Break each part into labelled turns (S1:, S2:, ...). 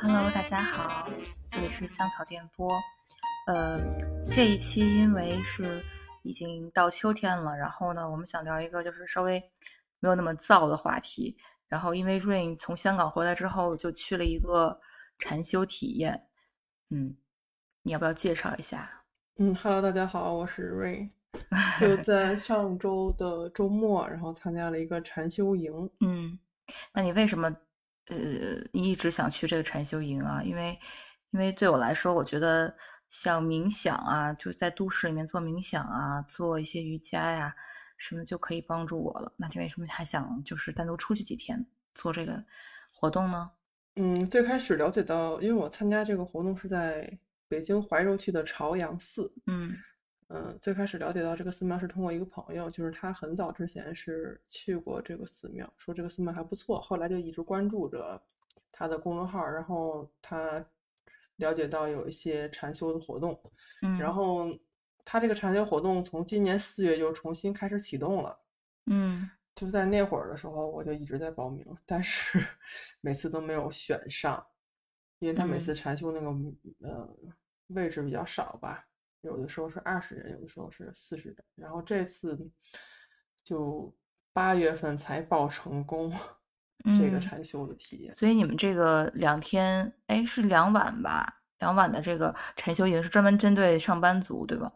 S1: Hello，大家好，这里是香草电波。呃，这一期因为是已经到秋天了，然后呢，我们想聊一个就是稍微没有那么燥的话题。然后因为 Rain 从香港回来之后，就去了一个禅修体验。嗯，你要不要介绍一下？
S2: 嗯，Hello，大家好，我是 Ray，就在上周的周末，然后参加了一个禅修营。
S1: 嗯，那你为什么呃，你一直想去这个禅修营啊？因为因为对我来说，我觉得像冥想啊，就在都市里面做冥想啊，做一些瑜伽呀、什么就可以帮助我了。那你为什么还想就是单独出去几天做这个活动呢？
S2: 嗯，最开始了解到，因为我参加这个活动是在北京怀柔区的朝阳寺。
S1: 嗯
S2: 嗯，最开始了解到这个寺庙是通过一个朋友，就是他很早之前是去过这个寺庙，说这个寺庙还不错，后来就一直关注着他的公众号，然后他了解到有一些禅修的活动，
S1: 嗯，
S2: 然后他这个禅修活动从今年四月又重新开始启动了。
S1: 嗯
S2: 就在那会儿的时候，我就一直在报名，但是 每次都没有选上，因为他每次
S1: 嗯
S2: 禅修那个呃位置比较少吧，有的时候是二十人，有的时候是四十人，然后这次就八月份才报成功 这个
S1: 嗯
S2: 禅修的体验。
S1: 所以你们这个两天，哎，是两晚吧？两晚的这个禅修营是专门针对上班族，对吧？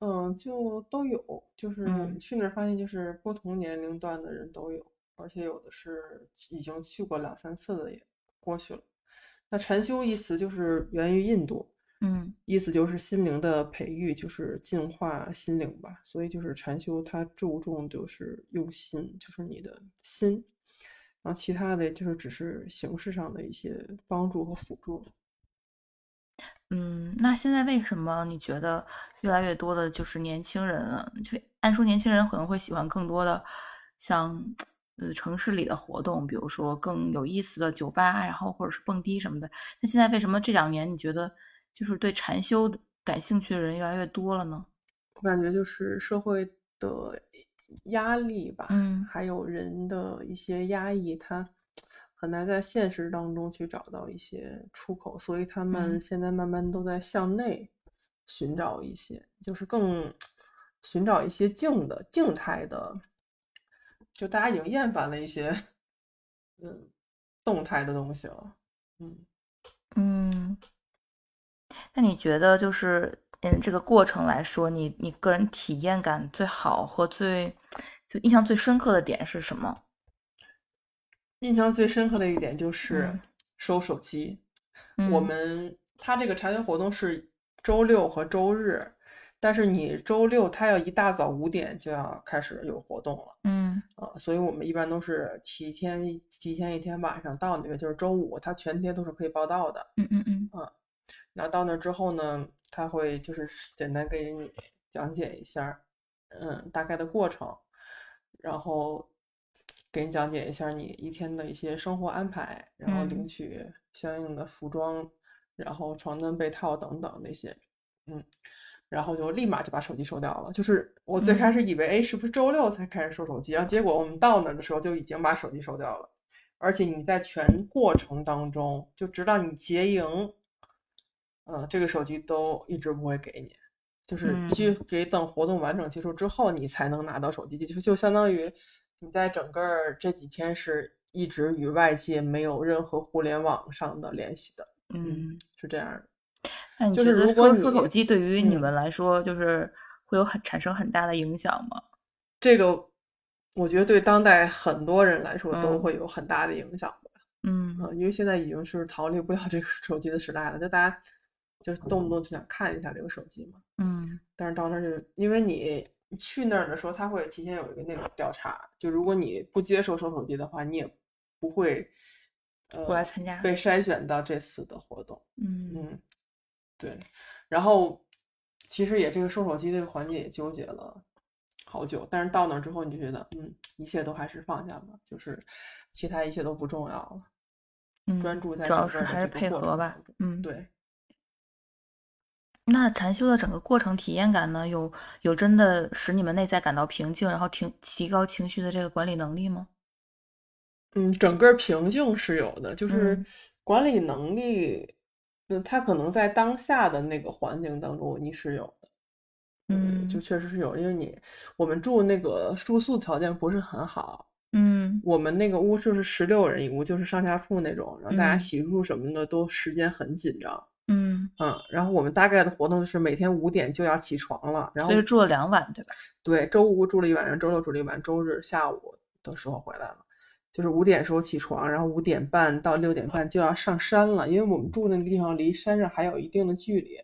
S2: 嗯，就都有，就是
S1: 嗯
S2: 去那儿发现，就是不同年龄段的人都有，而且有的是已经去过两三次的也过去了。那禅修一词就是源于印度，
S1: 嗯
S2: 意思就是心灵的培育，就是净化心灵吧。所以就是禅修，它注重就是用心，就是你的心，然后其他的就是只是形式上的一些帮助和辅助。
S1: 嗯，那现在为什么你觉得越来越多的就是年轻人啊，就按说年轻人可能会喜欢更多的像呃城市里的活动，比如说更有意思的酒吧，啊然后或者是蹦迪什么的。那现在为什么这两年你觉得就是对禅修的感兴趣的人越来越多了呢？
S2: 我感觉就是社会的压力吧，
S1: 嗯
S2: 还有人的一些压抑，他很难在现实当中去找到一些出口，所以他们
S1: 嗯
S2: 现在慢慢都在向内寻找一些，就是更寻找一些静的、静态的，就大家已经厌烦了一些，嗯，动态的东西了，嗯。
S1: 嗯，那你觉得就是嗯这个过程来说，你你个人体验感最好和最就印象最深刻的点是什么？
S2: 印象最深刻的一点就是
S1: 嗯
S2: 收手机。我
S1: 嗯
S2: 们他这个茶学活动是周六和周日，但是你周六他要一大早五点就要开始有活动了
S1: 嗯
S2: 啊，所以我们一般都是提前一提前一天晚上到那边，就是周五，他全天都是可以报到的。
S1: 嗯嗯嗯
S2: 哦然后到那之后呢，他会就是简单给你讲解一下儿，嗯，大概的过程，然后给你讲解一下儿你一天的一些生活安排，然后领
S1: 嗯
S2: 取相应的服装，然后床单被套等等那些，嗯，然后就立马就把手机收掉了。就是我最开
S1: 嗯
S2: 始以为，哎，是不是周六才开始收手机？然后结果我们到那儿的时候就已经把手机收掉了。而且你在全过程当中，就直到你结营，嗯，这个手机都一直不会给你，就是必须
S1: 嗯
S2: 得等活动完整结束之后，你才能拿到手机，就就相当于你在整个儿这几天是一直与外界没有任何互联网上的联系的，嗯，
S1: 嗯，
S2: 是这样儿的，
S1: 那你
S2: 就
S1: 觉
S2: 是
S1: 得
S2: 如果
S1: 收收手
S2: 你，
S1: 机对于你
S2: 嗯。
S1: 们来说，就是会有很产生很大的影响吗？
S2: 这个，我觉得对当代很多人来说都
S1: 嗯
S2: 会有很大的影响吧。
S1: 嗯
S2: 嗯，因为现在已经是逃离不了这个手机的时代了，就大家就是动不动就想看一下这个手机嘛。
S1: 嗯
S2: 但是到那儿就，因为你去那儿的时候，他会提前有一个那种调查，就如果你不接受收手机的话，你也不会
S1: 过来
S2: 呃
S1: 参加。
S2: 被筛选到这次的活动。
S1: 嗯
S2: 嗯，对。然后其实也这个收手机这个环节也纠结了好久，但是到那儿之后，你就觉得，嗯，一切都还是放下吧，就是其他一切都不重要了，专
S1: 嗯，
S2: 注在
S1: 主要
S2: 整个
S1: 是
S2: 儿的
S1: 还是
S2: 这个
S1: 配
S2: 过
S1: 合
S2: 程
S1: 吧。
S2: 当中。
S1: 嗯，
S2: 对，
S1: 那禅修的整个过程体验感呢，有有真的使你们内在感到平静，然后提提高情绪的这个管理能力吗？
S2: 嗯，整个儿平静是有的，就是
S1: 嗯
S2: 管理能力，嗯，他可能在当下的那个环境当中你是有的，
S1: 嗯
S2: 呃就确实是有，因为你我们住那个住宿条件不是很好，
S1: 嗯
S2: 我们那个屋就是十六人一屋，就是上下铺那种，然后大家
S1: 嗯
S2: 洗漱什么的都时间很紧张，
S1: 嗯，
S2: 嗯，然后我们大概的活动就是每天五点就要起床了，然后
S1: 所以住了两晚，对吧？
S2: 对，周五住了一晚上，周六住了一晚上，周日下午的时候回来了，就是五点时候起床，然后五点半到六点半就要上山了，因为我们住那个地方离山上还有一定的距离。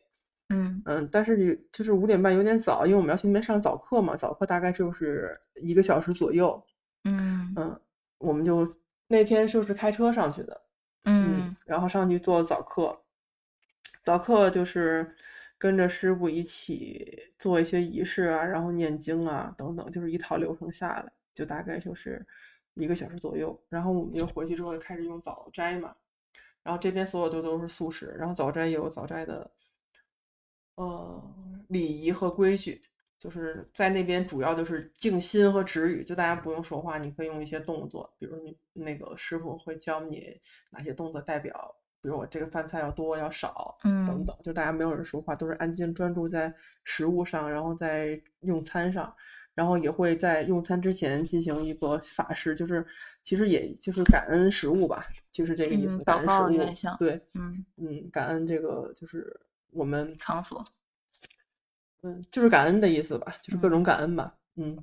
S1: 嗯
S2: 嗯，但是你就是五点半有点早，因为我们要去那边上早课嘛，早课大概就是一个小时左右。
S1: 嗯
S2: 嗯，我们就那天就是开车上去的，
S1: 嗯，
S2: 然后上去做早课，早课就是跟着师傅一起做一些仪式啊，然后念经啊等等，就是一套流程下来，就大概就是一个小时左右。然后我们就回去之后就开始用早斋嘛，然后这边所有都都是素食，然后早斋也有早斋的呃礼仪和规矩。就是在那边主要就是静心和止语，就大家不用说话，你可以用一些动作，比如你那个师傅会教你哪些动作代表，比如我这个饭菜要多要少等
S1: 嗯
S2: 等，就大家没有人说话，都是安静专注在食物上，然后在用餐上，然后也会在用餐之前进行一个法事，就是其实也就是感恩食物吧，就是这个意
S1: 嗯
S2: 思，
S1: 祷
S2: 感恩
S1: 告
S2: 食
S1: 有
S2: 物
S1: 点像，
S2: 对，
S1: 嗯，
S2: 嗯，感恩这个就是我们
S1: 场所，
S2: 嗯，就是感恩的意思吧，就是各
S1: 嗯
S2: 种感恩吧。嗯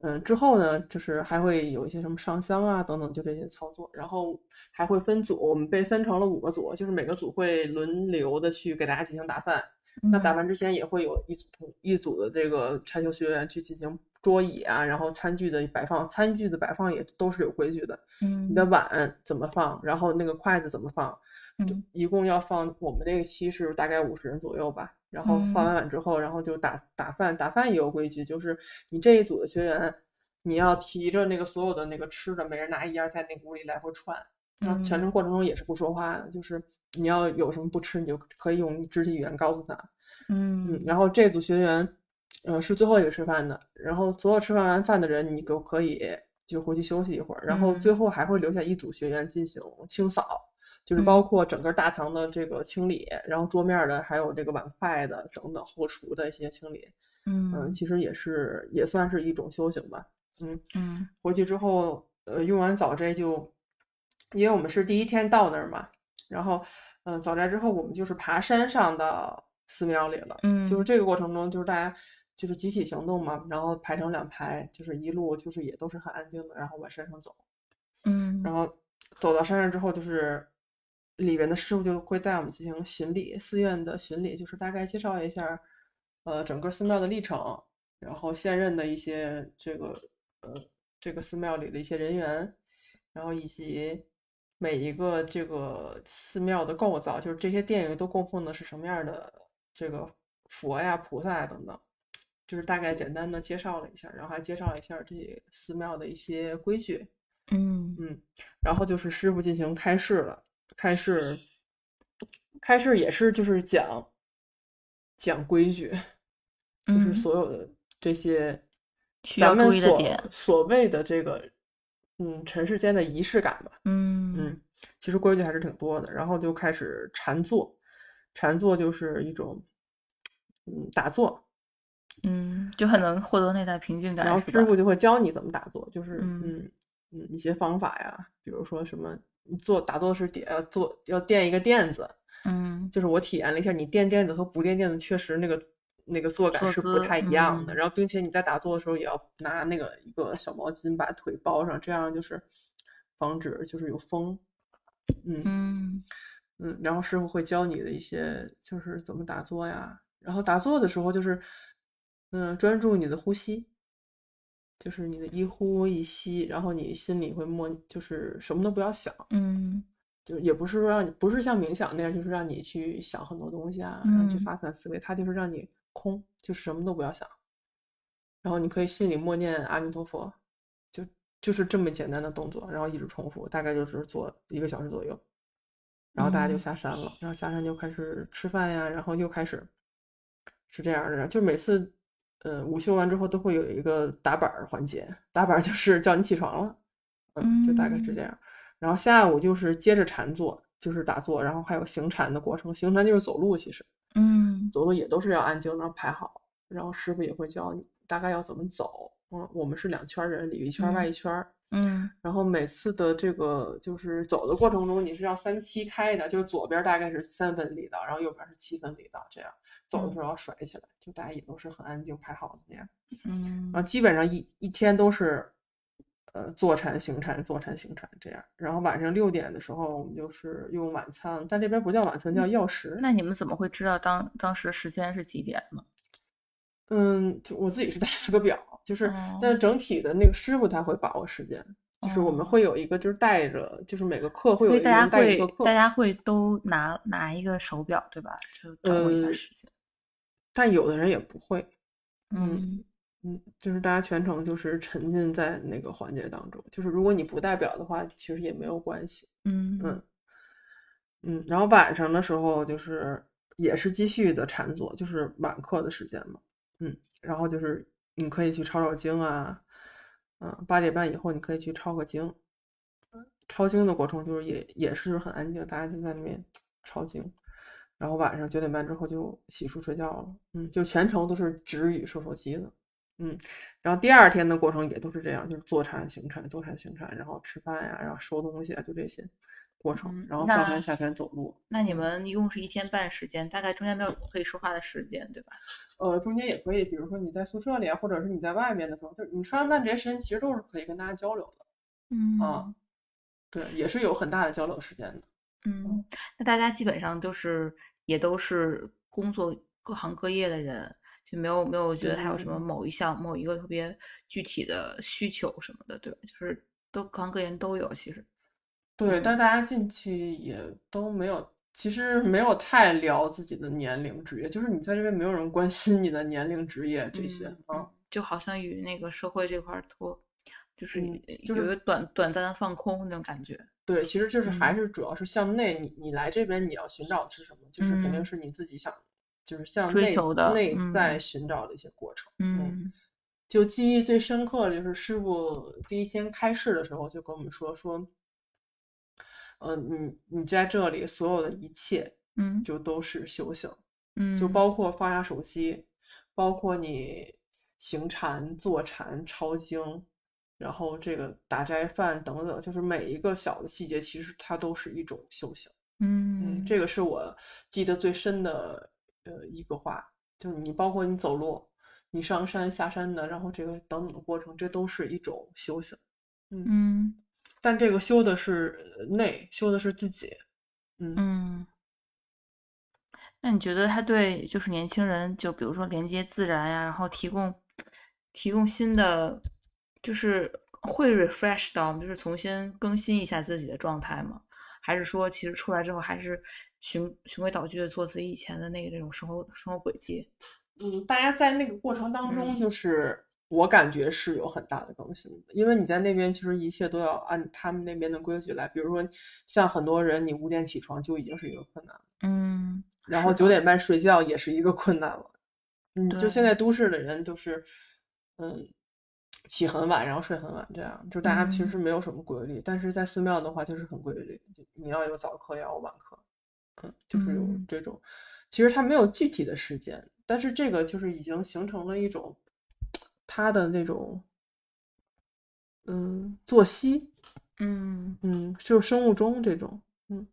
S2: 嗯，之后呢，就是还会有一些什么上香啊等等，就这些操作。然后还会分组，我们被分成了五个组，就是每个组会轮流的去给大家进行打饭。那打
S1: 嗯
S2: 饭之前也会有一组一组的这个拆球学员去进行桌椅啊，然后餐具的摆放，餐具的摆放也都是有规矩的。你的
S1: 嗯
S2: 碗怎么放，然后那个筷子怎么放，就
S1: 嗯
S2: 一共要放我们那个期是大概五十人左右吧。然后
S1: 嗯
S2: 放完碗之后，然后就打打饭，打饭也有规矩，就是你这一组的学员，你要提着那个所有的那个吃的，每人拿一样在那个屋里来回串，然后啊
S1: 嗯
S2: 全程过程中也是不说话的，就是你要有什么不吃，你就可以用肢体语言告诉他。嗯，
S1: 嗯
S2: 然后这组学员，呃，是最后一个吃饭的，然后所有吃饭完饭的人，你都可以就回去休息一会儿，然后最
S1: 嗯
S2: 后还会留下一组学员进行清扫，就是包
S1: 嗯
S2: 括整个大堂的这个清理，然后桌面儿的还有这个碗筷的等等后厨的一些清理，嗯，
S1: 嗯
S2: 其实也是也算是一种修行吧，嗯，
S1: 嗯
S2: 回去之后，呃，用完早斋就，因为我们是第一天到那儿嘛，然后，嗯、早斋之后我们就是爬山上到寺庙里了，就是
S1: 嗯
S2: 这个过程中就是大家就是集体行动嘛，然后排成两排，就是一路就是也都是很安静的，然后往山上走，然
S1: 嗯
S2: 后走到山上之后就是里边的师傅就会带我们进行巡礼，寺院的巡礼就是大概介绍一下，呃，整个寺庙的历程，然后现任的一些这个呃这个寺庙里的一些人员，然后以及每一个这个寺庙的构造，就是这些殿宇都供奉的是什么样儿的这个佛呀、菩萨呀等等。就是大概简单的介绍了一下，然后还介绍了一下这寺庙的一些规矩，
S1: 嗯
S2: 嗯，然后就是师傅进行开示了，开示，开示也是就是讲讲规矩，就是
S1: 嗯，
S2: 所有的这些
S1: 需
S2: 咱
S1: 要
S2: 们
S1: 注意的
S2: 所
S1: 点，
S2: 所谓的这个嗯尘世间的仪式感吧，
S1: 嗯
S2: 嗯，其实规矩还是挺多的。然后就开始禅坐，禅坐就是一种嗯打坐，
S1: 嗯，就很能获得内在平静
S2: 然
S1: 感，
S2: 后
S1: 是
S2: 师
S1: 吧？
S2: 傅就会教你怎么打坐，就是
S1: 嗯
S2: 嗯嗯一些方法呀，比如说什么你做打坐是点要做要垫一个垫子，
S1: 嗯，
S2: 就是我体验了一下，你垫垫子和不垫垫子确实那个那个坐感
S1: 坐
S2: 是不
S1: 姿，
S2: 太一样的。
S1: 嗯
S2: 然后并且你在打坐的时候也要拿那个一个小毛巾把腿包上，这样就是防止就是有风，嗯。
S1: 嗯
S2: 嗯，然后师傅会教你的一些就是怎么打坐呀，然后打坐的时候就是，嗯，专注你的呼吸，就是你的一呼一吸，然后你心里会默，就是什么都不要想，
S1: 嗯
S2: 就也不是说让你不是像冥想那样，就是让你去想很多东西啊，然后去
S1: 嗯
S2: 发散思维，它就是让你空，就是什么都不要想，然后你可以心里默念阿弥陀佛，就就是这么简单的动作，然后一直重复，大概就是做一个小时左右。然后大家就
S1: 嗯
S2: 下山了，然后下山就开始吃饭呀，然后又开始是这样儿的，就每次，呃，午休完之后都会有一个打板儿环节，打板儿就是叫你起床了，嗯，就大概是这
S1: 嗯
S2: 样儿。然后下午就是接着禅坐，就是打坐，然后还有行禅的过程。行禅就是走路，其实
S1: 嗯
S2: 走路也都是要按经章排好，然后师傅也会教你大概要怎么走。嗯，我们是两圈人，里一圈外一圈。
S1: 嗯
S2: 然后每次的这个就是走的过程中，你是要三七开的，就是左边大概是三分里道，然后右边是七分里道，这样走的时候要甩起来，就大家也都是很安静排好的那样。
S1: 嗯
S2: 然后基本上一一天都是，呃，坐禅行禅，坐禅行禅这样。然后晚上六点的时候，我们就是用晚餐，但这边不叫晚餐，叫药食。
S1: 嗯那你们怎么会知道当当时时间是几点呢？
S2: 嗯，就我自己是带了个表，就是，
S1: 哦
S2: 但整体的那个师傅他会把握时间，就是我们
S1: 哦
S2: 会有一个，就是带着，就是每个课会有
S1: 所
S2: 一
S1: 以
S2: 个
S1: 大家
S2: 人带你
S1: 会
S2: 做课，
S1: 大家会都拿拿一个手表对吧？就掌握一下
S2: 呃
S1: 时间。
S2: 但有的人也不会，
S1: 嗯
S2: 嗯，就是大家全程就是沉浸在那个环节当中，就是如果你不带表的话，其实也没有关系。
S1: 嗯
S2: 嗯嗯，然后晚上的时候就是也是继续的禅坐，就是晚课的时间嘛。嗯，然后就是你可以去抄抄经啊，嗯，八点半以后你可以去抄个经。
S1: 嗯
S2: 抄经的过程就是也也是很安静，大家就在那边抄经。然后晚上九点半之后就洗漱睡觉了，嗯，就全程都是止语收手机的，嗯，然后第二天的过程也都是这样，就是坐禅行禅，坐禅行禅，然后吃饭呀、然后收东西啊，就这些过程，
S1: 嗯
S2: 然后上
S1: 那
S2: 山下山走路，
S1: 那你们一共是一天半时间，大概中间没有可以说话的时间，对吧？
S2: 呃，中间也可以，比如说你在宿舍里啊，或者是你在外面的时候，就是你吃完饭这些时间其实都是可以跟大家交流的，
S1: 嗯
S2: 啊对，也是有很大的交流时间的。
S1: 嗯，那大家基本上都是也都是工作各行各业的人，就没有没有觉得还有什么
S2: 嗯
S1: 某一项某一个特别具体的需求什么的，对吧？就是都各行各业人都有，其实。
S2: 对，
S1: 嗯
S2: 但大家进去也都没有，其实没有太聊自己的年龄、职业，就是你在这边没有人关心你的年龄、职业这些
S1: 嗯
S2: 啊。
S1: 就好像与那个社会这块儿脱，就是
S2: 嗯就
S1: 有
S2: 是
S1: 一个短短暂的放空那种感觉。
S2: 对，其实就是还
S1: 嗯
S2: 是主要是向内，你你来这边你要寻找的是什么，就是肯定
S1: 嗯
S2: 是你自己想，就是向
S1: 追
S2: 内
S1: 求的
S2: 内在
S1: 嗯
S2: 寻找的一些过程，嗯。
S1: 嗯
S2: 就记忆最深刻的就是师傅第一天开示的时候就跟我们说说，呃，你你在这里所有的一切
S1: 嗯
S2: 就都是修行，
S1: 嗯，
S2: 就包括放下手机，包括你行禅、坐禅、抄经，然后这个打斋饭等等，就是每一个小的细节，其实它都是一种修行。嗯，
S1: 嗯
S2: 这个是我记得最深的呃一个话，就是你包括你走路，你上山下山的，然后这个等等的过程，这都是一种修行。嗯，
S1: 嗯
S2: 但这个修的是呃内，修的是自己。嗯
S1: 嗯。那你觉得他对就是年轻人，就比如说连接自然呀、然后提供提供新的，就是会 refresh 到，就是重新更新一下自己的状态吗？还是说其实出来之后还是循循规蹈矩的做自己以前的那个那种生活生活轨迹？
S2: 嗯，大家在那个过程当
S1: 嗯
S2: 中，就是我感觉是有很大的更新的，因为你在那边其实一切都要按他们那边的规矩来，比如说像很多人，你五点起床就已经是一个困难。
S1: 嗯，
S2: 然
S1: 是
S2: 后
S1: 的
S2: 九点半睡觉也是一个困难了。嗯，就现
S1: 对
S2: 在都市的人就是，嗯，起很晚，然后睡很晚，这样就大家其
S1: 嗯
S2: 实没有什么规律。但是在寺庙的话，就是很规律，就你要有早课，要有晚课，嗯，就是有
S1: 嗯
S2: 这种。其实它没有具体的时间，但是这个就是已经形成了一种他的那种，嗯，作息，
S1: 嗯
S2: 嗯，就是生物钟这种，嗯。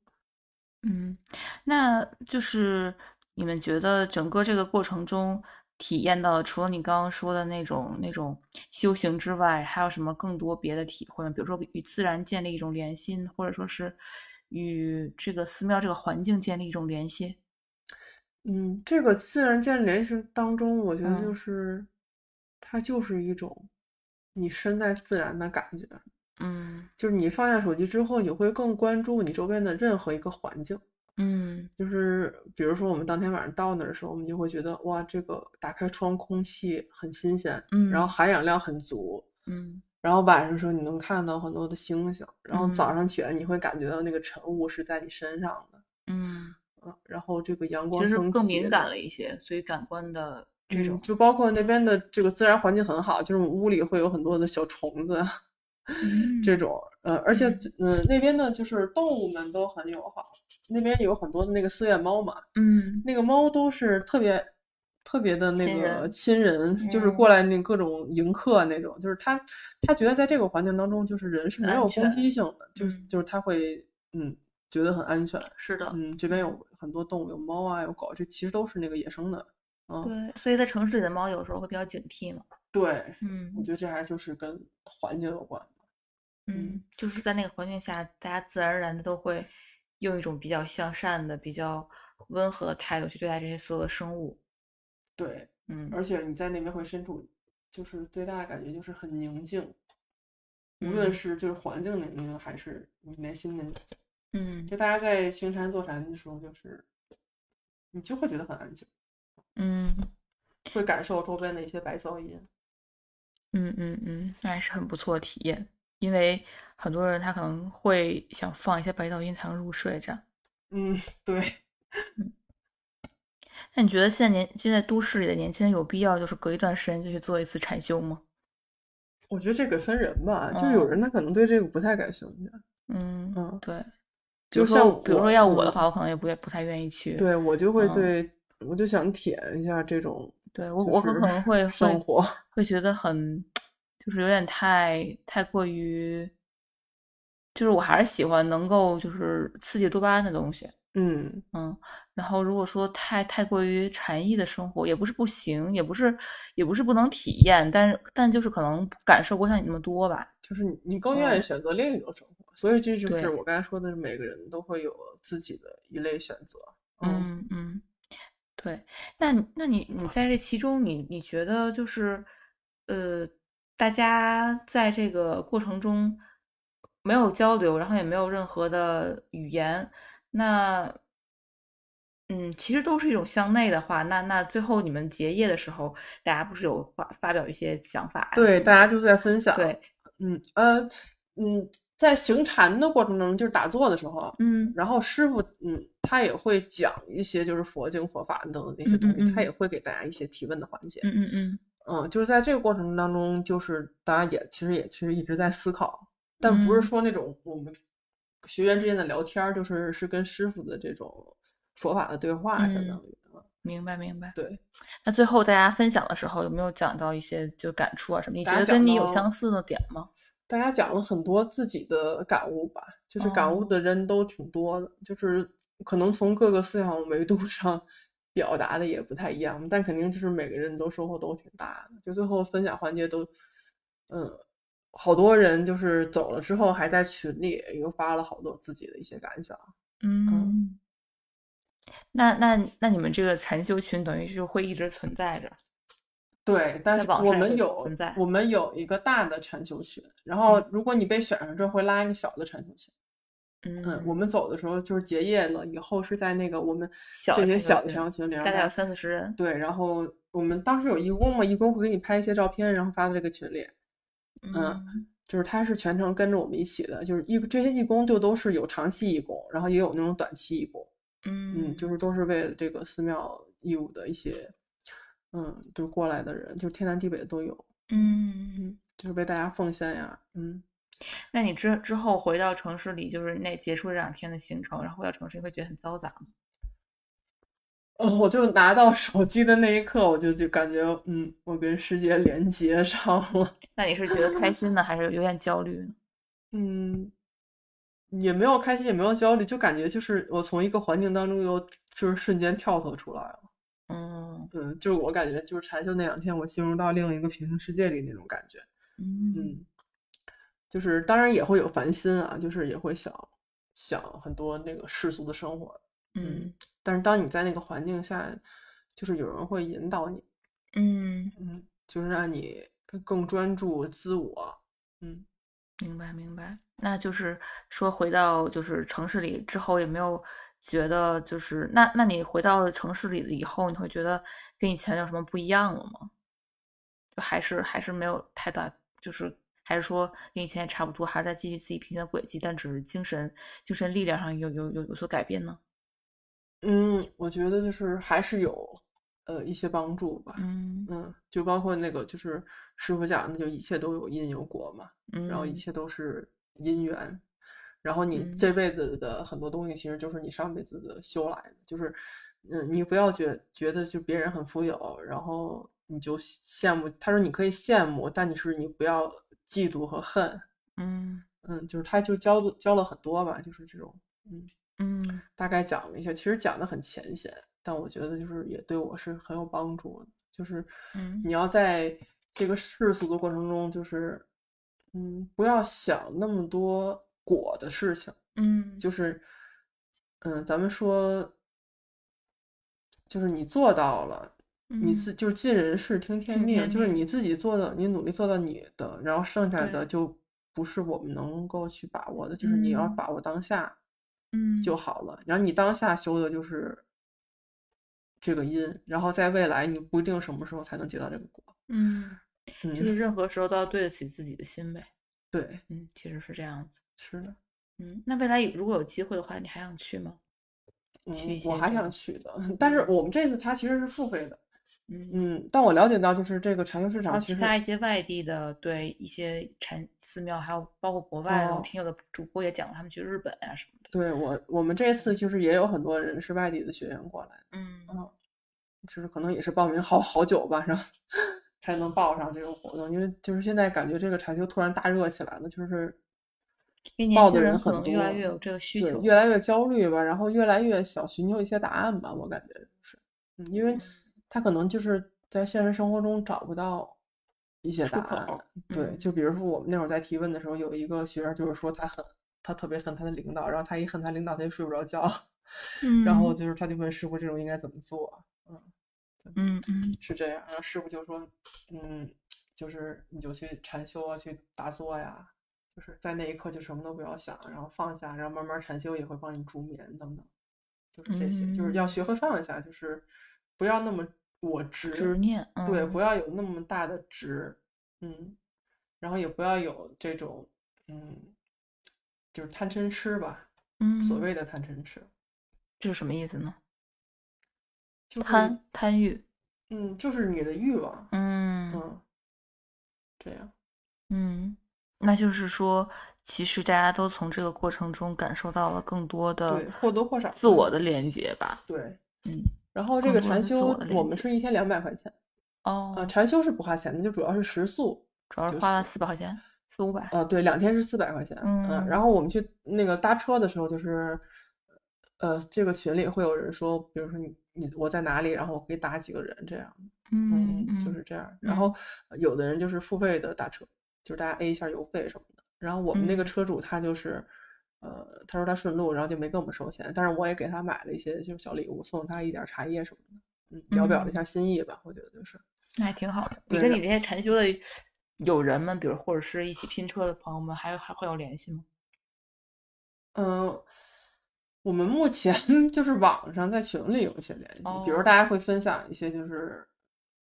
S1: 嗯，那就是你们觉得整个这个过程中体验到，除了你刚刚说的那种那种修行之外，还有什么更多别的体会吗？比如说与自然建立一种联系，或者说是与这个寺庙这个环境建立一种联系。
S2: 嗯，这个自然界联系当中，我觉得就
S1: 嗯
S2: 是，它就是一种你身在自然的感觉，
S1: 嗯
S2: 就是你放下手机之后，你会更关注你周边的任何一个环境。
S1: 嗯
S2: 就是比如说，我们当天晚上到那儿的时候，我们就会觉得哇，这个打开窗空气很新鲜，然后
S1: 嗯
S2: 含氧量很足，
S1: 嗯
S2: 然后晚上的时候你能看到很多的星星，然后
S1: 嗯
S2: 早上起来你会感觉到那个晨雾是在你身上的，
S1: 嗯，
S2: 嗯，然后这个阳
S1: 其
S2: 光
S1: 实是
S2: 升
S1: 更
S2: 起
S1: 敏
S2: 了。
S1: 感了一些，所以感官的这
S2: 嗯，
S1: 种，
S2: 就包括那边啊的这个自然环境很好，就是屋里会有很多的小虫子，这
S1: 嗯
S2: 种，呃，而且
S1: 嗯
S2: 嗯、呃那边呢就是动物们都很友好，那边有很多的那个寺院猫嘛，
S1: 嗯，
S2: 那个猫都是特别特别的那
S1: 亲
S2: 个
S1: 人嗯
S2: 亲人，就是过来那各种迎客那种，就是它它觉得在这个环境当中，就是人是没
S1: 安
S2: 有攻
S1: 全
S2: 击性的，就是
S1: 嗯
S2: 就是它会嗯觉得很安全。
S1: 是的，
S2: 嗯，这边有很多动物，有猫啊，有狗，这其实都是那个野生的。嗯，
S1: 对，所以在城市里的猫有时候会比较警惕嘛。
S2: 对，
S1: 嗯
S2: 我觉得这还就是跟环境有关。
S1: 嗯，就是在那个环境下，大家自然而然的都会用一种比较向善的、比较温和的态度去对待这些所有的生物。
S2: 对，
S1: 嗯，
S2: 而且你在那边会身处，就是最大的感觉就是很宁静，无论
S1: 嗯
S2: 是就是环境的宁静，还是你内心的宁静。
S1: 嗯
S2: 就大家在行山坐禅的时候，就是你就会觉得很安静，
S1: 嗯
S2: 会感受周边的一些白噪音。
S1: 嗯嗯嗯，那还是很不错的体验。因为很多人他可能会想放一些白噪音才能入睡，这样。
S2: 嗯，对，
S1: 那你觉得现在年现在都市里的年轻人有必要就是隔一段时间就去做一次禅修吗？
S2: 我觉得这个分人吧，就是有
S1: 嗯
S2: 人他可能对这个不太感兴趣，
S1: 嗯
S2: 嗯
S1: 对。比
S2: 就
S1: 如说
S2: 像
S1: 比如说要我
S2: 嗯
S1: 的话，我可能也不愿不太愿意去。
S2: 对我就会
S1: 嗯
S2: 对，我就想体验一下这种
S1: 对我
S2: 就
S1: 我可
S2: 是
S1: 可能会
S2: 生
S1: 会
S2: 活，
S1: 会觉得很，就是有点太太过于，就是我还是喜欢能够就是刺激多巴胺的东西，
S2: 嗯
S1: 嗯，然后如果说太太过于禅意的生活，也不是不行，也不是也不是不能体验，但是但就是可能感受不像你那么多吧，
S2: 就是你你更愿意
S1: 嗯
S2: 选择另一种生活，所以这就是
S1: 对
S2: 我刚才说的，每个人都会有自己的一类选择。嗯
S1: 嗯嗯，对，那你那你你在这其中你，你觉得就是，呃，大家在这个过程中没有交流，然后也没有任何的语言，那，嗯，其实都是一种向内的话，那那最后你们结业的时候，大家不是有发发表一些想法呀
S2: 对，
S1: 什么
S2: 大家就在分享，
S1: 的对，
S2: 嗯呃嗯，在行禅的过程中，就是打坐的时候，
S1: 嗯
S2: 然后师傅嗯，他也会讲一些就是佛经、佛法等等那些
S1: 嗯
S2: 东西，
S1: 嗯
S2: 他
S1: 嗯
S2: 也会给大家一些提问的环节。
S1: 嗯嗯嗯，
S2: 嗯，就是在这个过程当中，就是大家也其实也其实一直在思考，但不是
S1: 嗯
S2: 说那种我们学员之间的聊天儿，就是是跟师傅的这种佛法的对话，相
S1: 嗯
S2: 当于啊，
S1: 明白明白。
S2: 对，
S1: 那最后大家分享的时候，有没有讲到一些就感触啊什么？你
S2: 大
S1: 觉
S2: 家
S1: 得
S2: 讲
S1: 跟你有
S2: 到
S1: 相似的点吗？
S2: 大家讲了很多自己的感悟吧，就是感悟
S1: 哦
S2: 的人都挺多的，就是可能从各个思想维度 上表达的也不太一样，但肯定就是每个人都收获都挺大的。就最后分享环节都，嗯，好多人就是走了之后还在群里又发了好多自己的一些感想。
S1: 嗯，那那那你们这个禅修群等于是会一直存在着，
S2: 对，但
S1: 在
S2: 是
S1: 网上
S2: 我
S1: 也
S2: 们
S1: 会
S2: 有
S1: 存在
S2: 我们有一个大的禅修群，然后
S1: 嗯
S2: 如果你被选上之后会拉一个小的禅修群。嗯，我
S1: 嗯，
S2: 们走的时候就是结业了以后是在那个我们
S1: 小
S2: 这
S1: 的
S2: 些
S1: 禅修
S2: 小的
S1: 群
S2: 山羊群里，让
S1: 大概有
S2: 家
S1: 三四十人，
S2: 对，然后我们当时有义工嘛，义工会给你拍一些照片，然后发到这个群里，嗯，
S1: 嗯
S2: 就是他是全程跟着我们一起的，就是义这些义工就都是有长期义工，然后也有那种短期义工，嗯，
S1: 嗯
S2: 就是都是为了这个寺庙义务的一些，嗯，就是过来的人，就是天南地北的都有，
S1: 嗯，
S2: 嗯，就是为大家奉献呀，嗯。
S1: 那你之之后回到城市里，就是那结束这两天的行程，然后回到城市，你会觉得很嘈杂吗？
S2: 呃，我就拿到手机的那一刻，我就就感觉，嗯，我跟世界连接上了，
S1: 那你是觉得开心呢，还是有点焦虑呢？
S2: 嗯，也没有开心，也没有焦虑，就感觉就是我从一个环境当中又就是瞬间跳脱出来了，
S1: 嗯
S2: 嗯，就是我感觉就是禅修那两天，我进入到另一个平行世界里那种感觉，
S1: 嗯
S2: 嗯，就是当然也会有烦心啊，就是也会想想很多那个世俗的生活，嗯
S1: 嗯，
S2: 但是当你在那个环境下，就是有人会引导你。
S1: 嗯，
S2: 嗯，就是让你更专注自我。嗯，
S1: 明白明白，那就是说回到就是城市里之后，也没有觉得就是那那你回到城市里了以后，你会觉得跟以前有什么不一样了吗？就还是还是没有太大，就是还是说跟以前也差不多，还是在继续自己平行的轨迹，但只是精神精神力量上有有有有所改变呢？
S2: 嗯，我觉得就是还是有呃一些帮助吧。
S1: 嗯
S2: 嗯，就包括那个就是师傅讲的，就一切都有因有果嘛，然后一
S1: 嗯
S2: 切都是因缘，然后你
S1: 嗯
S2: 这辈子的很多东西其实就是你上辈子的修来的，就是嗯，你不要觉觉得就别人很富有，然后你就羡慕。他说你可以羡慕，但你是你不要嫉妒和恨。
S1: 嗯
S2: 嗯，就是他就教教了很多吧，就是这种
S1: 嗯
S2: 大概讲了一下，其实讲的很浅显，但我觉得就是也对我是很有帮助的。就是
S1: 嗯
S2: 你要在这个世俗的过程中，就是嗯，不要想那么多果的事情，
S1: 嗯，
S2: 就是嗯，咱们说，就是你做到了。你自就是尽人事听天
S1: 嗯听
S2: 命，
S1: 天
S2: 就是
S1: 命
S2: 你自己做的，你努力做到你的，然后剩下的
S1: 对
S2: 就不是我们能够去把握的，就是你要
S1: 嗯
S2: 把握当下
S1: 嗯
S2: 就好了。然后你当下修的就是这个因，然后在未来你不一定什么时候才能结到这个果。
S1: 嗯，就
S2: 嗯，
S1: 是任何时候都要对得起自己的心呗。
S2: 对，
S1: 嗯，其实是这样子。
S2: 是的，
S1: 嗯，那未来有如果有机会的话，你还想去吗？
S2: 嗯
S1: 一，
S2: 我
S1: 些
S2: 还
S1: 这
S2: 想
S1: 个
S2: 去的，但是
S1: 嗯
S2: 我们这次它其实是付费的。
S1: 嗯，
S2: 嗯，但我了解到就是这个禅修市
S1: 还有
S2: 场其
S1: 其
S2: 实
S1: 他一些外地的，对一些禅寺庙，还有包括国外的，我
S2: 哦
S1: 听有的主播也讲了，他们去日本啊什么的。
S2: 对我我们这次就是也有很多人是外地的学员过来。
S1: 嗯
S2: 嗯就是可能也是报名好 好久吧，然后才能报上这个活动，因为就是现在感觉这个禅修突然大热起来了，就是
S1: 因为年
S2: 报
S1: 轻
S2: 的
S1: 人
S2: 人
S1: 可
S2: 很
S1: 能越来
S2: 多
S1: 越有这个需
S2: 对
S1: 求。
S2: 越来越焦虑吧，然后越来越想寻求一些答案吧，我感觉是，嗯，因为
S1: 嗯
S2: 他可能就是在现实生活中找不到一些
S1: 出
S2: 答
S1: 口
S2: 案，对，
S1: 嗯
S2: 就比如说我们那会儿在提问的时候，有一个学员就是说他很。他特别恨他的领导，然后他一恨他领导，他就睡不着觉，
S1: 嗯
S2: 然后就是他就问师傅这种应该怎么做，
S1: 嗯嗯
S2: 是这样。然后师傅就说，嗯，就是你就去禅修啊，去打坐呀，就是在那一刻就什么都不要想，然后放下，然后慢慢禅修也会帮你助眠等等，就是这些，就是
S1: 嗯
S2: 要学会放下，就是不要那么我执，
S1: 执念，
S2: 对，
S1: 嗯
S2: 不要有那么大的执，嗯，然后也不要有这种，嗯，就是贪嗔痴吧，
S1: 嗯，
S2: 所谓的贪嗔痴，
S1: 这是什么意思呢？
S2: 就是
S1: 贪贪欲，
S2: 嗯，就是你的欲望，
S1: 嗯
S2: 嗯，这样。
S1: 嗯，那就是说，其实大家都从这个过程中感受到了更多的
S2: 对或多或少
S1: 自
S2: 会
S1: 我的连接吧。
S2: 对，
S1: 嗯，
S2: 然后这
S1: 更
S2: 个
S1: 多
S2: 禅
S1: 是自
S2: 修
S1: 我的
S2: 我
S1: 连
S2: 们
S1: 接
S2: 是一天两百块钱，呃，
S1: 哦，
S2: 禅修是不花钱的，就主要是食宿，
S1: 主要是
S2: 就
S1: 花了
S2: 是
S1: 四百块钱，四五百。
S2: 呃，对，两天是四百块钱，呃
S1: 嗯
S2: 然后我们去那个搭车的时候，就是，呃，这个群里会有人说，比如说你你我在哪里，然后我可以搭几个人这样，
S1: 嗯
S2: 就
S1: 嗯
S2: 是这样，然后呃有的人就是付费的搭车，就是大家 A 一下油费什么的，然后我们那个
S1: 嗯
S2: 车主他就是。呃，他说他顺路，然后就没跟我们收钱，但是我也给他买了一些就是小礼物，送他一点儿茶叶什么的。嗯，聊表了一
S1: 嗯
S2: 下心意吧，我觉得就是，
S1: 那还挺好的。你
S2: 对
S1: 跟
S2: 然
S1: 你那些禅修的友人们，比如或者是一起拼车的朋友们，还有还会有联系吗？
S2: 嗯、我们目前 就是网上在群里有一些联系，比如
S1: 哦
S2: 大家会分享一些就是，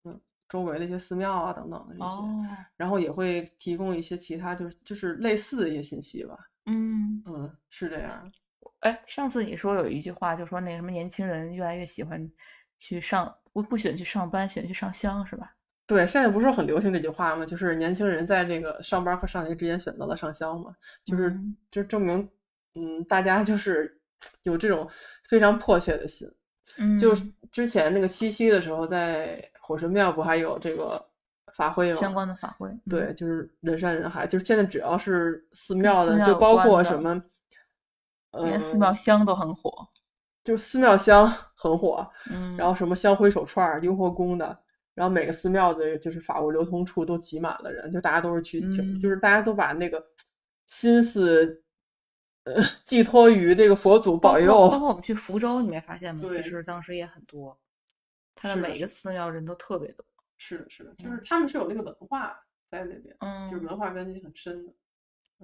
S2: 嗯，周围的一些寺庙啊等等的这些，
S1: 哦，
S2: 然后也会提供一些其他就是就是类似的一些信息吧，
S1: 嗯，
S2: 嗯，是这样，
S1: 哎，上次你说有一句话，就说那什么年轻人越来越喜欢去上，不不喜欢去上班，喜欢去上香，是吧？
S2: 对，现在不是很流行这句话吗？就是年轻人在这个上班和上学之间选择了上香嘛，就是
S1: 嗯
S2: 就证明，嗯，大家就是有这种非常迫切的心。
S1: 嗯，
S2: 就是之前那个七夕的时候，在火神庙不还有这个法会吗？
S1: 相关的法会。嗯
S2: 对，，就是人山人海，就是现在只要是寺庙
S1: 寺
S2: 的，
S1: 庙
S2: 就
S1: 有
S2: 包
S1: 关
S2: 括
S1: 的
S2: 什么，
S1: 连寺
S2: 嗯
S1: 庙香都很火。
S2: 就寺庙香很火，
S1: 嗯，
S2: 然后什么香灰手串儿、雍和宫的，然后每个寺庙的就是法务流通处都挤满了人，就大家都是去请，
S1: 嗯
S2: 就是大家都把那个心思呃寄托于这个佛祖
S1: 包
S2: 保
S1: 括
S2: 佑
S1: 包。括我们去福州，你没发现吗？
S2: 对
S1: 其实当时也很多，它的
S2: 是的
S1: 每
S2: 是
S1: 个寺庙人都特别多。
S2: 是的，是的，
S1: 就是
S2: 他们是有那个文化在那边，
S1: 嗯，
S2: 化根基很深的。嗯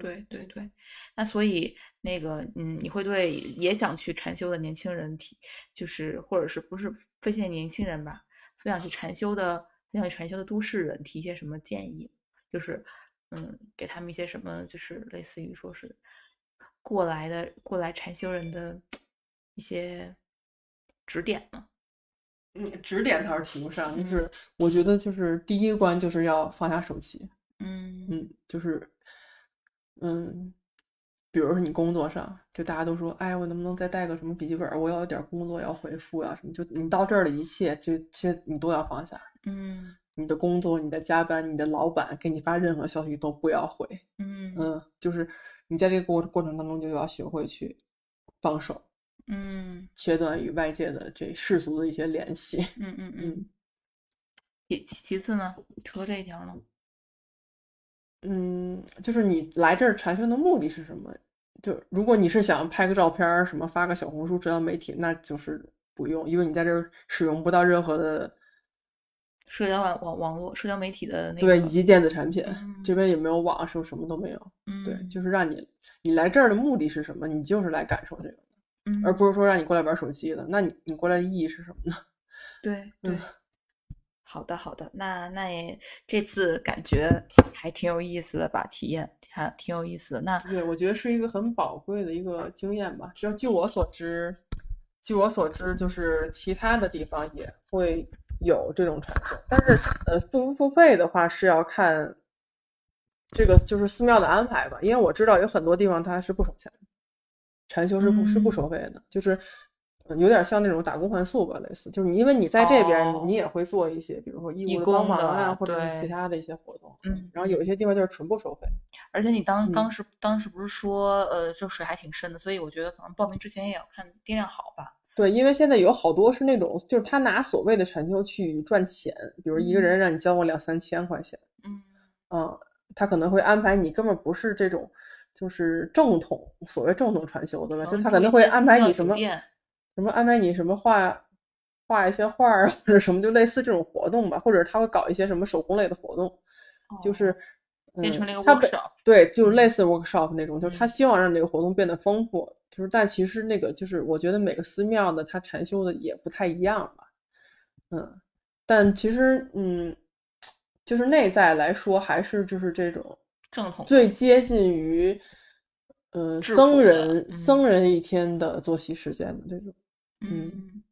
S1: 对对对。那所以那个，嗯，你会对也想去禅修的年轻人提，就是或者是不是非现年轻人吧，非想去禅修的，非想去禅修的都市人提一些什么建议？就是，嗯，给他们一些什么，就是类似于说是过来的过来禅修人的一些指点呢？
S2: 嗯，指点倒是提不上，就是我觉得就是第一关就是要放下手机，
S1: 嗯
S2: 嗯，就是，嗯，比如说你工作上，就大家都说，哎，我能不能再带个什么笔记本儿？我要有点儿工作要回复呀、什么。就你到这儿的一切，就其实你都要放下。
S1: 嗯
S2: 你的工作、你的加班、你的老板给你发任何消息都不要回。
S1: 嗯
S2: 嗯，就是你在这个过过程当中，就要学会去放手，
S1: 嗯
S2: 切断与外界的这世俗的一些联系。
S1: 嗯嗯嗯。
S2: 嗯
S1: 其其次呢，除了这一条呢，
S2: 嗯，就是你来这儿禅修的目的是什么？就如果你是想拍个照片儿，什么发个小红书、社交媒体，那就是不用，因为你在这儿使用不到任何的
S1: 社交网网网络社交媒体的那
S2: 对，
S1: 个
S2: 以及电子产品，
S1: 嗯
S2: 这边也没有网，什么什么都没有。对，
S1: 嗯
S2: 就是让你你来这儿的目的是什么？你就是来感受这个，
S1: 嗯
S2: 而不是说让你过来玩手机的。那你你过来的意义是什么呢？
S1: 对
S2: 嗯
S1: 对，好的好的，那那也这次感觉还挺有意思的吧，体验还挺有意思的。那
S2: 对，我觉得是一个很宝贵的一个经验吧。就据我所知，据我所知，就是其他的地方也会有这种传授，但是呃，付不付费的话是要看这个就是寺庙的安排吧。因为我知道有很多地方它是不收钱的，禅修是不、是不
S1: 嗯
S2: 收费的，就是。嗯有点像那种打工换宿吧，类似，就是你因为你在这边，
S1: 哦
S2: 你也会做一些，比如说义
S1: 义
S2: 务的帮
S1: 工
S2: 忙
S1: 的
S2: 啊，或者是其
S1: 对
S2: 他的一些活动。
S1: 嗯，
S2: 然后有一些地方就是纯不收费，
S1: 而且你当
S2: 嗯
S1: 当时当时不是说呃这水还挺深的，所以我觉得可能报名之前也要看掂量好吧。
S2: 对，因为现在有好多是那种，就是他拿所谓的禅修去赚钱，比如一
S1: 嗯
S2: 个人让你交我两三千块钱，
S1: 嗯
S2: 嗯，他可能会安排你根本不是这种，就是正统所谓正统禅修的吧，就
S1: 能
S2: 他
S1: 住
S2: 可能
S1: 哦一
S2: 会
S1: 些
S2: 安
S1: 寺
S2: 排
S1: 庙
S2: 你什
S1: 酒
S2: 么
S1: 店
S2: 什么安排你什么画画一些画儿啊或者什么，就类似这种活动吧，或者他会搞一些什么手工类的活动，就
S1: 哦
S2: 是
S1: 变
S2: 嗯
S1: 成了一个
S2: 他本
S1: workshop。
S2: 对，就是类
S1: 嗯
S2: 似 workshop 那种，就是他
S1: 嗯
S2: 希望让这个活动变得丰富，就是但其实那个就是我觉得每个寺庙的它禅修的也不太一样吧，嗯，但其实嗯，就是内在来说还是就是这种
S1: 正统
S2: 最
S1: 的
S2: 接近于呃
S1: 质
S2: 僧
S1: 朴的
S2: 人
S1: 嗯
S2: 僧人一天的作息时间的这种。嗯
S1: 嗯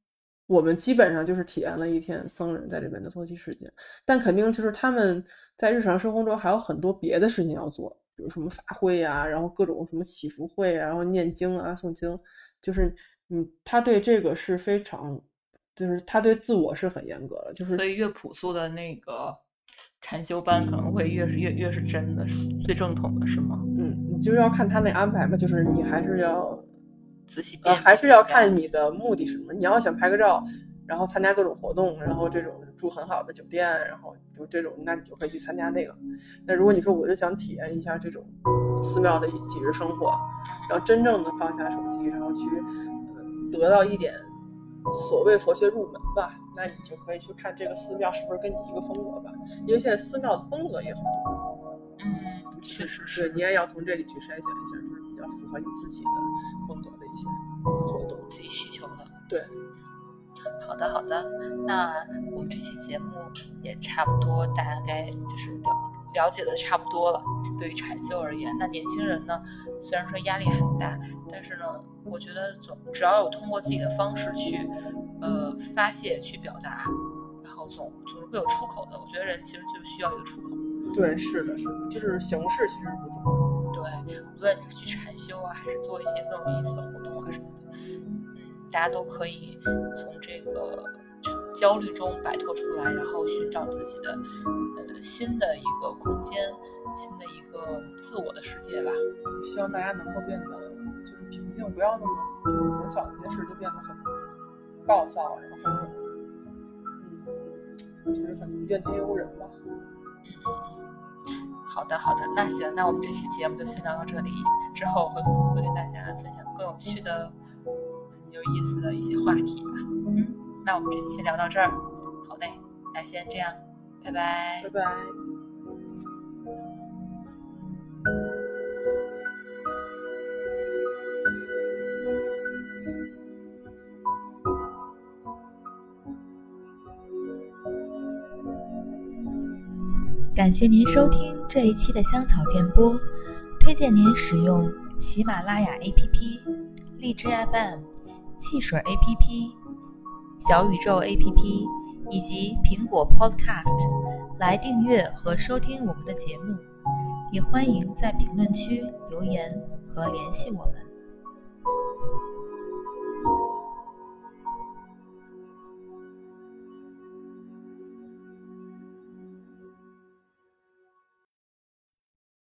S2: 我们基本上就是体验了一天僧人在这边的作息时间，但肯定就是他们在日常生活中还有很多别的事情要做，比如什么法会啊，然后各种什么祈福会啊，然后念经啊、诵经，就是嗯，他对这个是非常，就是他对自我是很严格的，就是
S1: 所以越朴素的那个禅修班可能会越是越越是真的，是最正统的是吗？
S2: 嗯，你就要看他那安排吧，就是你还是要
S1: 仔细辨
S2: 呃，
S1: 别
S2: 还是
S1: 一
S2: 要
S1: 下
S2: 看你的目的是什么。你要想拍个照，然后参加各种活动，然后这种住很好的酒店，然后就这种，那你就可以去参加那个。那如果你说我就想体验一下这种寺庙的几日生活，然后真正的放下手机，然后去嗯得到一点所谓佛学入门吧，那你就可以去看这个寺庙是不是跟你一个风格吧，因为现在寺庙的风格也很多。
S1: 嗯，确实
S2: 对
S1: 是，
S2: 你也要从这里去筛选一下，就是比较符合你自己的风格的一些活动。
S1: 自己需求的。
S2: 对，
S1: 好的，好的，那我们这期节目也差不多，大概就是了了解的差不多了。对于禅修而言，那年轻人呢，虽然说压力很大，但是呢，我觉得总只要有通过自己的方式去，呃，发泄、去表达，然后总总是会有出口的。我觉得人其实就需要一个出口。
S2: 对，是的，是的，就是形式其实不重要。
S1: 对，无论是去禅修啊，还是做一些更有意思的活动啊什么的，嗯，大家都可以从这个焦虑中摆脱出来，然后寻找自己的呃新的一个空间，新的一个自我的世界吧。
S2: 希望大家能够变得就是平静，不要那么就是很小的一些事就变得很暴躁，然后嗯，就是很怨天尤人吧。
S1: 好的，好的，那行，那我们这期节目就先聊到这里，之后会会跟大家分享更有趣的、嗯有意思的一些话题吧。嗯，那我们这期先聊到这儿，好嘞，那先这样，拜拜
S2: 拜。拜。
S3: 感谢您收听这一期的香草电波，推荐您使用喜马拉雅 APP、荔枝 FM、汽水 APP、小宇宙 APP 以及苹果 Podcast 来订阅和收听我们的节目，也欢迎在评论区留言和联系我们。